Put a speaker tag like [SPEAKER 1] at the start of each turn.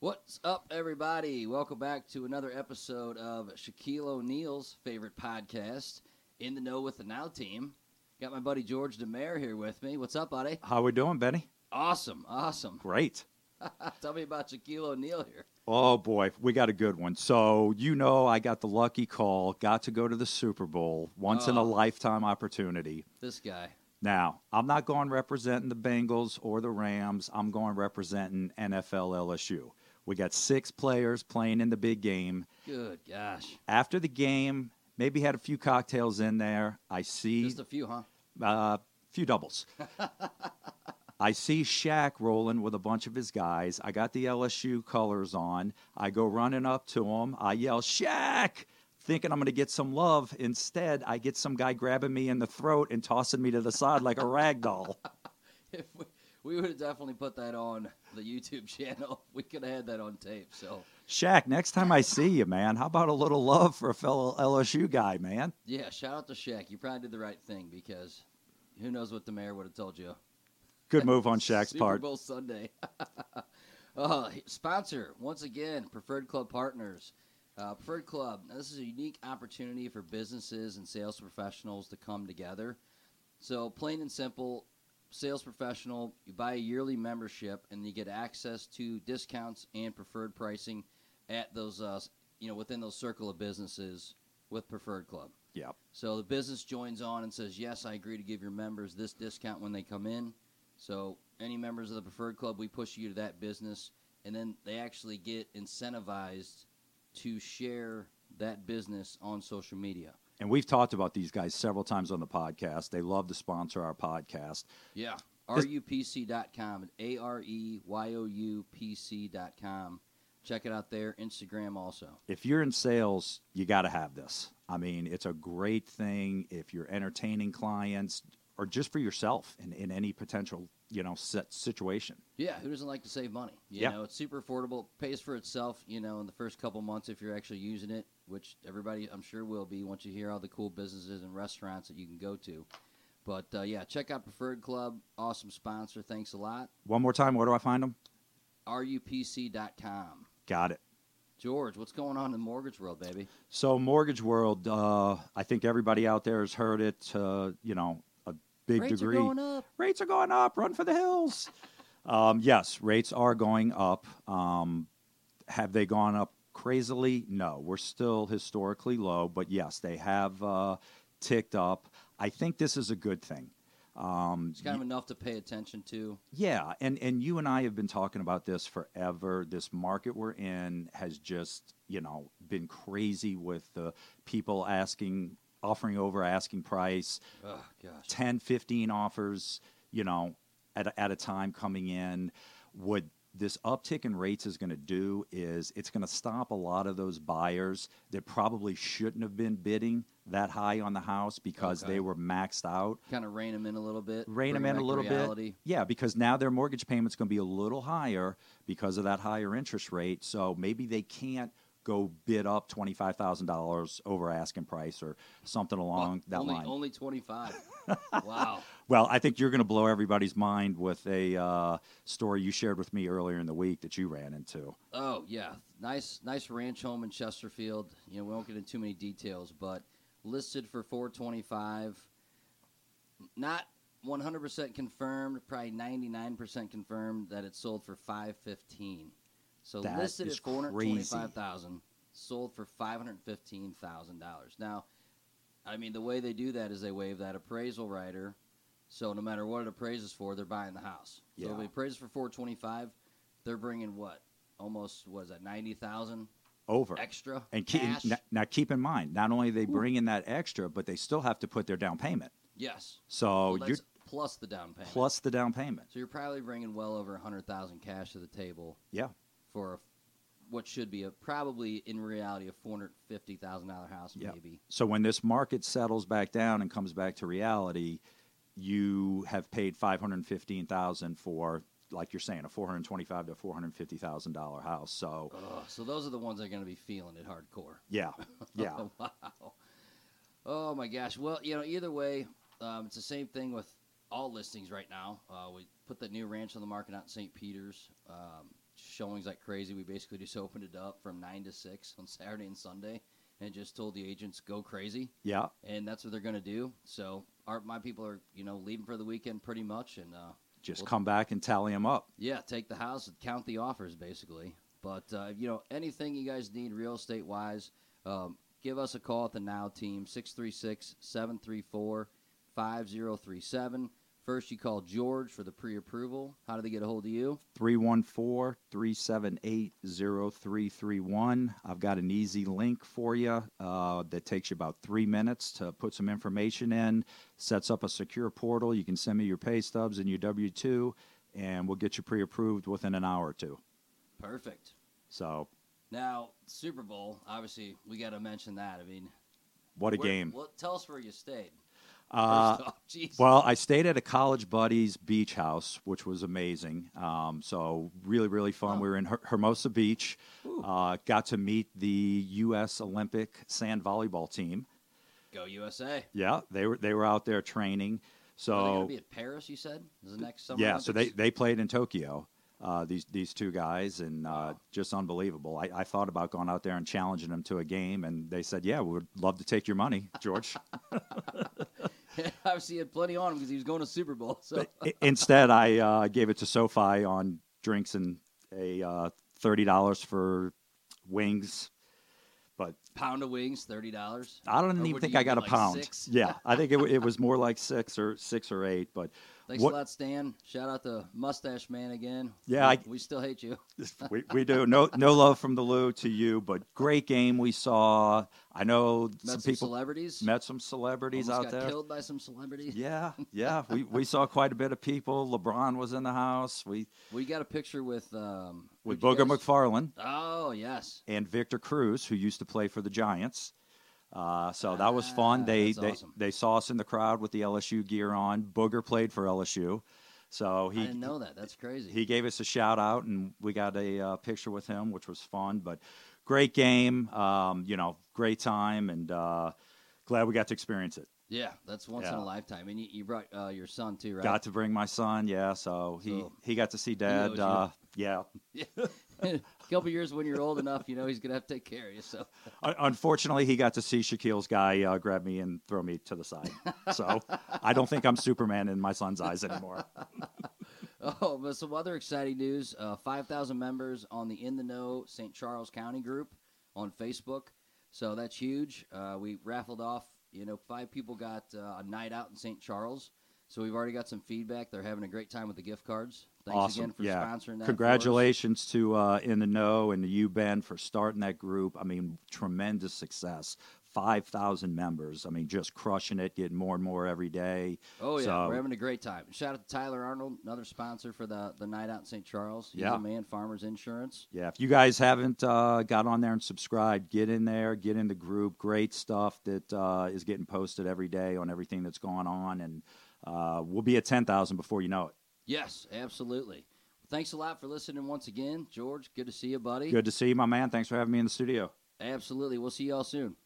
[SPEAKER 1] What's up, everybody? Welcome back to another episode of Shaquille O'Neal's favorite podcast, In the Know with the Now Team. Got my buddy George Demare here with me. What's up, buddy?
[SPEAKER 2] How we doing, Benny?
[SPEAKER 1] Awesome, awesome.
[SPEAKER 2] Great.
[SPEAKER 1] Tell me about Shaquille O'Neal here.
[SPEAKER 2] Oh boy, we got a good one. So you know, I got the lucky call, got to go to the Super Bowl, once in a
[SPEAKER 1] Oh.
[SPEAKER 2] lifetime opportunity.
[SPEAKER 1] This guy.
[SPEAKER 2] Now, I'm not going representing the Bengals or the Rams. I'm going representing NFL LSU. We got six players playing in the big game.
[SPEAKER 1] Good gosh.
[SPEAKER 2] After the game, maybe had a few cocktails in there. I see
[SPEAKER 1] Just a few, huh?
[SPEAKER 2] uh, few doubles. I see Shaq rolling with a bunch of his guys. I got the LSU colors on. I go running up to him. I yell, Shaq! Thinking I'm going to get some love. Instead, I get some guy grabbing me in the throat and tossing me to the side like a rag doll.
[SPEAKER 1] If we, we would have definitely put that on the YouTube channel. We could have had that on tape. So,
[SPEAKER 2] Shaq, next time I see you, man, how about a little love for a fellow LSU guy, man?
[SPEAKER 1] yeah, shout out to Shaq. You probably did the right thing because who knows what the mayor would have told you.
[SPEAKER 2] Good move on Shaq's
[SPEAKER 1] Super
[SPEAKER 2] part.
[SPEAKER 1] Bowl Sunday. uh, sponsor once again, Preferred Club Partners. Uh, Preferred Club. Now, this is a unique opportunity for businesses and sales professionals to come together. So, plain and simple, sales professional, you buy a yearly membership and you get access to discounts and preferred pricing at those, uh, you know, within those circle of businesses with Preferred Club.
[SPEAKER 2] Yep.
[SPEAKER 1] So the business joins on and says, "Yes, I agree to give your members this discount when they come in." So any members of the preferred club, we push you to that business, and then they actually get incentivized to share that business on social media.
[SPEAKER 2] And we've talked about these guys several times on the podcast. They love to sponsor our podcast.
[SPEAKER 1] Yeah. RUPC.com and A R E Y O U P C.com. Check it out there. Instagram also.
[SPEAKER 2] if you're in sales, you got to have this. I mean, it's a great thing if you're entertaining clients or just for yourself in, in any potential, you know, set situation.
[SPEAKER 1] Yeah, who doesn't like to save money? You
[SPEAKER 2] Yeah.
[SPEAKER 1] know, it's super affordable, pays for itself, you know, in the first couple months if you're actually using it, which everybody I'm sure will be once you hear all the cool businesses and restaurants that you can go to. But uh, yeah, check out Preferred Club, awesome sponsor. Thanks a lot.
[SPEAKER 2] One more time, where do I find them?
[SPEAKER 1] RUPC.com.
[SPEAKER 2] Got it.
[SPEAKER 1] George, what's going on in the mortgage world, baby?
[SPEAKER 2] So, mortgage world, uh, I think everybody out there has heard it, uh, you know, a big
[SPEAKER 1] Rates
[SPEAKER 2] degree.
[SPEAKER 1] are going up.
[SPEAKER 2] rates are going up. Run for the hills. um, yes, rates are going up. Um, have they gone up crazily? No, we're still historically low, but yes, they have uh, ticked up. I think this is a good thing. Um,
[SPEAKER 1] It's kind of enough to pay attention to.
[SPEAKER 2] yeah, and and you and I have been talking about this forever. This market we're in has just, you know, been crazy with the people asking offering over asking price.
[SPEAKER 1] Oh, gosh.
[SPEAKER 2] 10 15 offers you know at a, at a time coming in what this uptick in rates is going to do is it's going to stop a lot of those buyers that probably shouldn't have been bidding that high on the house because
[SPEAKER 1] Okay.
[SPEAKER 2] they were maxed out
[SPEAKER 1] Kind of rein them in a little bit.
[SPEAKER 2] rein
[SPEAKER 1] bring
[SPEAKER 2] them in
[SPEAKER 1] back
[SPEAKER 2] a
[SPEAKER 1] to
[SPEAKER 2] little
[SPEAKER 1] reality.
[SPEAKER 2] bit yeah because now their mortgage payment's going to be a little higher because of that higher interest rate so maybe they can't go bid up $25000 over asking price or something along that
[SPEAKER 1] only,
[SPEAKER 2] line
[SPEAKER 1] Only 25. wow.
[SPEAKER 2] Well, I think you're going to blow everybody's mind with a uh, story you shared with me earlier in the week that you ran into.
[SPEAKER 1] Oh yeah, nice nice ranch home in Chesterfield. You know we won't get into too many details, but listed for 425. Not 100% confirmed, probably 99% confirmed that it sold for 515. So
[SPEAKER 2] That
[SPEAKER 1] listed
[SPEAKER 2] is
[SPEAKER 1] at 425,000, sold for 515,000 dollars. Now, I mean the way they do that is they waive that appraisal rider. So no matter what it appraises for, they're buying the house. So if
[SPEAKER 2] Yeah.
[SPEAKER 1] it appraises for 425, they're bringing what? Almost was that 90,000
[SPEAKER 2] Over.
[SPEAKER 1] extra
[SPEAKER 2] And keep,
[SPEAKER 1] cash?
[SPEAKER 2] n- now keep in mind, not only they bring in that extra, but they still have to put their down payment.
[SPEAKER 1] yes.
[SPEAKER 2] So
[SPEAKER 1] So that's
[SPEAKER 2] Oh, you're
[SPEAKER 1] plus the down payment.
[SPEAKER 2] plus the down payment.
[SPEAKER 1] So you're probably bringing well over 100,000 cash to the table
[SPEAKER 2] Yeah.
[SPEAKER 1] for a, what should be a probably in reality a $450,000 house
[SPEAKER 2] Yeah.
[SPEAKER 1] maybe.
[SPEAKER 2] So when this market settles back down and comes back to reality, you have paid five hundred fifteen thousand for, like you're saying, a four hundred twenty-five to four hundred fifty thousand dollar house. So
[SPEAKER 1] Ugh, so those are the ones that are going to be feeling it hardcore.
[SPEAKER 2] yeah, yeah.
[SPEAKER 1] wow. Oh my gosh. Well, you know, either way, um, it's the same thing with all listings right now. Uh, we put that new ranch on the market out in St. Peter's. Um, showings like crazy. We basically just opened it up from nine to six on Saturday and Sunday, and just told the agents go crazy,
[SPEAKER 2] Yeah.
[SPEAKER 1] and that's what they're going to do. So our my people are you know leaving for the weekend pretty much, and uh,
[SPEAKER 2] Just
[SPEAKER 1] Well-
[SPEAKER 2] come back and tally them up.
[SPEAKER 1] yeah, take the house and count the offers, basically. But uh, you know, anything you guys need real estate wise, um, give us a call at the Now team 636-734-5037. First, you call George for the pre-approval. How do they get a hold of you?
[SPEAKER 2] 314-378-0331. I've got an easy link for you uh, that takes you about three minutes to put some information in, sets up a secure portal. You can send me your pay stubs and your W-2, and we'll get you pre-approved within an hour or two.
[SPEAKER 1] Perfect.
[SPEAKER 2] So
[SPEAKER 1] Now, Super Bowl. Obviously, we got to mention that. I mean,
[SPEAKER 2] what a
[SPEAKER 1] where-
[SPEAKER 2] game.
[SPEAKER 1] Well, tell us where you stayed.
[SPEAKER 2] Uh,
[SPEAKER 1] First off, Jesus.
[SPEAKER 2] Well, I stayed at a college buddy's beach house, which was amazing. Um, so really, really fun.
[SPEAKER 1] Oh.
[SPEAKER 2] We were in Her- Hermosa Beach.
[SPEAKER 1] Ooh.
[SPEAKER 2] Uh, got to meet the U.S. Olympic sand volleyball team.
[SPEAKER 1] go USA.
[SPEAKER 2] Yeah, they were they were out there training.
[SPEAKER 1] Are they
[SPEAKER 2] So
[SPEAKER 1] gonna be at Paris? You said is the next summer.
[SPEAKER 2] yeah, so they,
[SPEAKER 1] Olympics?
[SPEAKER 2] they played in Tokyo. Uh, these these two guys and uh,
[SPEAKER 1] Wow.
[SPEAKER 2] just unbelievable. I, I thought about going out there and challenging them to a game, and they said, "Yeah, we'd love to take your money, George."
[SPEAKER 1] Obviously, he had plenty on him because he was going to Super Bowl. So
[SPEAKER 2] But i- instead, I uh, gave it to SoFi on drinks and a uh, thirty dollars for wings. But
[SPEAKER 1] pound of wings, thirty dollars.
[SPEAKER 2] I
[SPEAKER 1] Or
[SPEAKER 2] don't even
[SPEAKER 1] would
[SPEAKER 2] think
[SPEAKER 1] you
[SPEAKER 2] I got
[SPEAKER 1] do
[SPEAKER 2] a
[SPEAKER 1] like
[SPEAKER 2] pound.
[SPEAKER 1] six?
[SPEAKER 2] Yeah, I think it, w- it was more like six or six or eight. But
[SPEAKER 1] Thanks
[SPEAKER 2] What-
[SPEAKER 1] a lot, Stan. Shout out to Mustache Man again.
[SPEAKER 2] Yeah,
[SPEAKER 1] we,
[SPEAKER 2] I-
[SPEAKER 1] we still hate you.
[SPEAKER 2] we, we do no no love from the Lou to you. But great game we saw. I know
[SPEAKER 1] Met some,
[SPEAKER 2] some people
[SPEAKER 1] celebrities.
[SPEAKER 2] met some celebrities
[SPEAKER 1] Almost
[SPEAKER 2] out
[SPEAKER 1] got
[SPEAKER 2] there.
[SPEAKER 1] killed by some celebrities.
[SPEAKER 2] Yeah, yeah, we we saw quite a bit of people. LeBron was in the house. We
[SPEAKER 1] We got a picture with um
[SPEAKER 2] with
[SPEAKER 1] who'd
[SPEAKER 2] Booger
[SPEAKER 1] you guys-
[SPEAKER 2] McFarland.
[SPEAKER 1] Oh yes.
[SPEAKER 2] and Victor Cruz, who used to play for the Giants. Uh, so that was fun.
[SPEAKER 1] Ah,
[SPEAKER 2] They
[SPEAKER 1] that's
[SPEAKER 2] they,
[SPEAKER 1] awesome.
[SPEAKER 2] they saw us in the crowd with the LSU gear on. Booger played for LSU, so
[SPEAKER 1] I
[SPEAKER 2] he
[SPEAKER 1] didn't know that. That's crazy.
[SPEAKER 2] he gave us a shout out, and we got a uh, picture with him, which was fun. But great game, um, you know, great time, and uh, glad we got to experience it.
[SPEAKER 1] yeah, that's once in
[SPEAKER 2] Yeah.
[SPEAKER 1] a lifetime. And you, you brought uh, your son too, right?
[SPEAKER 2] Got to bring my son, yeah. So he
[SPEAKER 1] So,
[SPEAKER 2] he got to see
[SPEAKER 1] owes
[SPEAKER 2] dad.
[SPEAKER 1] you.
[SPEAKER 2] Uh, yeah,
[SPEAKER 1] a couple years when you're old enough, you know he's gonna have to take care of you. So
[SPEAKER 2] Un- Unfortunately, he got to see Shaquille's guy uh, grab me and throw me to the side. So I don't think I'm Superman in my son's eyes anymore.
[SPEAKER 1] Oh, but some other exciting news. Uh, 5,000 members on the In the Know St. Charles County group on Facebook. So that's huge. Uh, we raffled off, you know, five people got uh, a night out in St. Charles. So we've already got some feedback. They're having a great time with the gift cards. Thanks
[SPEAKER 2] Awesome.
[SPEAKER 1] again for
[SPEAKER 2] Yeah.
[SPEAKER 1] sponsoring that. for us.
[SPEAKER 2] Congratulations to uh, In the Know and to you, Ben, for starting that group. I mean, tremendous success. 5,000 members. I mean, just crushing it, getting more and more every day.
[SPEAKER 1] Oh, yeah.
[SPEAKER 2] So-
[SPEAKER 1] We're having a great time. Shout out to Tyler Arnold, another sponsor for the, the night out in St. Charles. He's
[SPEAKER 2] Yeah.
[SPEAKER 1] a man, Farmers Insurance.
[SPEAKER 2] Yeah, if you guys haven't uh, got on there and subscribed, get in there, get in the group. Great stuff that uh, is getting posted every day on everything that's going on, and uh, we'll be at ten thousand before you know it.
[SPEAKER 1] Yes, absolutely. Thanks a lot for listening once again. George, good to see you, buddy.
[SPEAKER 2] Good to see you, my man. Thanks for having me in the studio.
[SPEAKER 1] Absolutely. We'll see y'all soon.